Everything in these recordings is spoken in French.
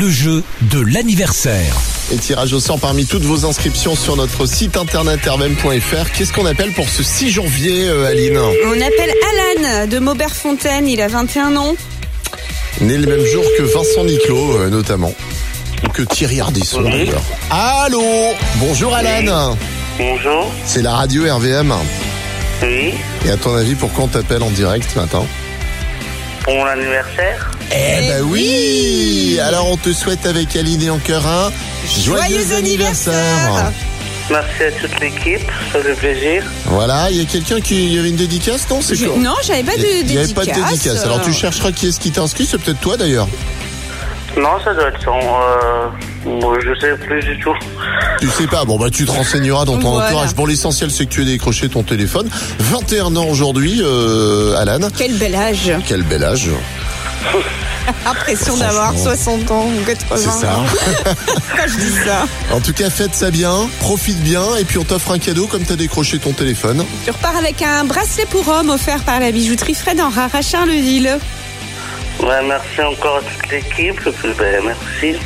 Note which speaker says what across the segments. Speaker 1: le jeu de l'anniversaire.
Speaker 2: Et tirage au sort parmi toutes vos inscriptions sur notre site internet rvm.fr. Qu'est-ce qu'on appelle pour ce 6 janvier, euh, Aline
Speaker 3: On appelle Alan de Maubert-Fontaine, il a 21 ans.
Speaker 2: Né le même jour que Vincent Niclot, euh, notamment. Ou que Thierry Ardisson,
Speaker 4: Oui.
Speaker 2: d'ailleurs. Allô Bonjour Alan
Speaker 4: Bonjour,
Speaker 2: C'est la radio RVM.
Speaker 4: oui,
Speaker 2: Et à ton avis, pourquoi on t'appelle en direct ce matin
Speaker 4: pour mon anniversaire.
Speaker 2: Eh ben oui Alors on te souhaite avec Aline et en cœur un
Speaker 4: Merci à toute l'équipe, ça fait plaisir.
Speaker 2: Voilà, il y a quelqu'un qui il y avait une dédicace, non C'est
Speaker 3: Je-
Speaker 2: quoi
Speaker 3: Non, j'avais pas de
Speaker 2: Il n'y
Speaker 3: dédicace.
Speaker 2: avait pas de dédicace. Alors tu chercheras qui est-ce qui t'a inscrit, c'est peut-être toi d'ailleurs.
Speaker 4: Non, ça doit être son. Euh, bon, je sais plus du tout.
Speaker 2: Tu sais pas, bon bah tu te renseigneras dans ton
Speaker 3: Voilà.
Speaker 2: entourage. Bon l'essentiel c'est que tu aies décroché ton téléphone. 21 ans aujourd'hui, euh, Alan.
Speaker 3: Quel bel âge
Speaker 2: Quel bel âge,
Speaker 3: Impression d'avoir 60 ans ou 80
Speaker 2: c'est ça.
Speaker 3: ans. Quand je dis ça,
Speaker 2: En tout cas, faites ça bien, profite bien, et puis on t'offre un cadeau comme t'as décroché ton téléphone.
Speaker 3: tu repars avec un bracelet pour homme offert par la bijouterie Fred en Rarachin-le-Ville.
Speaker 4: Ouais, merci encore à toute l'équipe, et puis, ben, merci.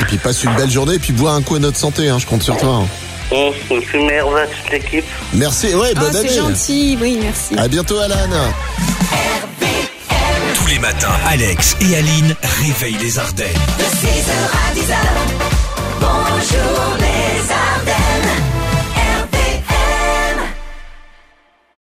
Speaker 2: Et puis passe une belle journée, et puis bois un coup à notre santé, hein, je compte sur toi. hein.
Speaker 4: Bon, et puis merci à toute l'équipe.
Speaker 2: Merci, ouais,
Speaker 3: Ah,
Speaker 2: bonne
Speaker 3: c'est
Speaker 2: année.
Speaker 3: gentil, oui, merci.
Speaker 2: À bientôt, Alan.
Speaker 1: Tous les matins, Alex et Aline réveillent les Ardennes.
Speaker 5: De 6h à 10h, bonjour les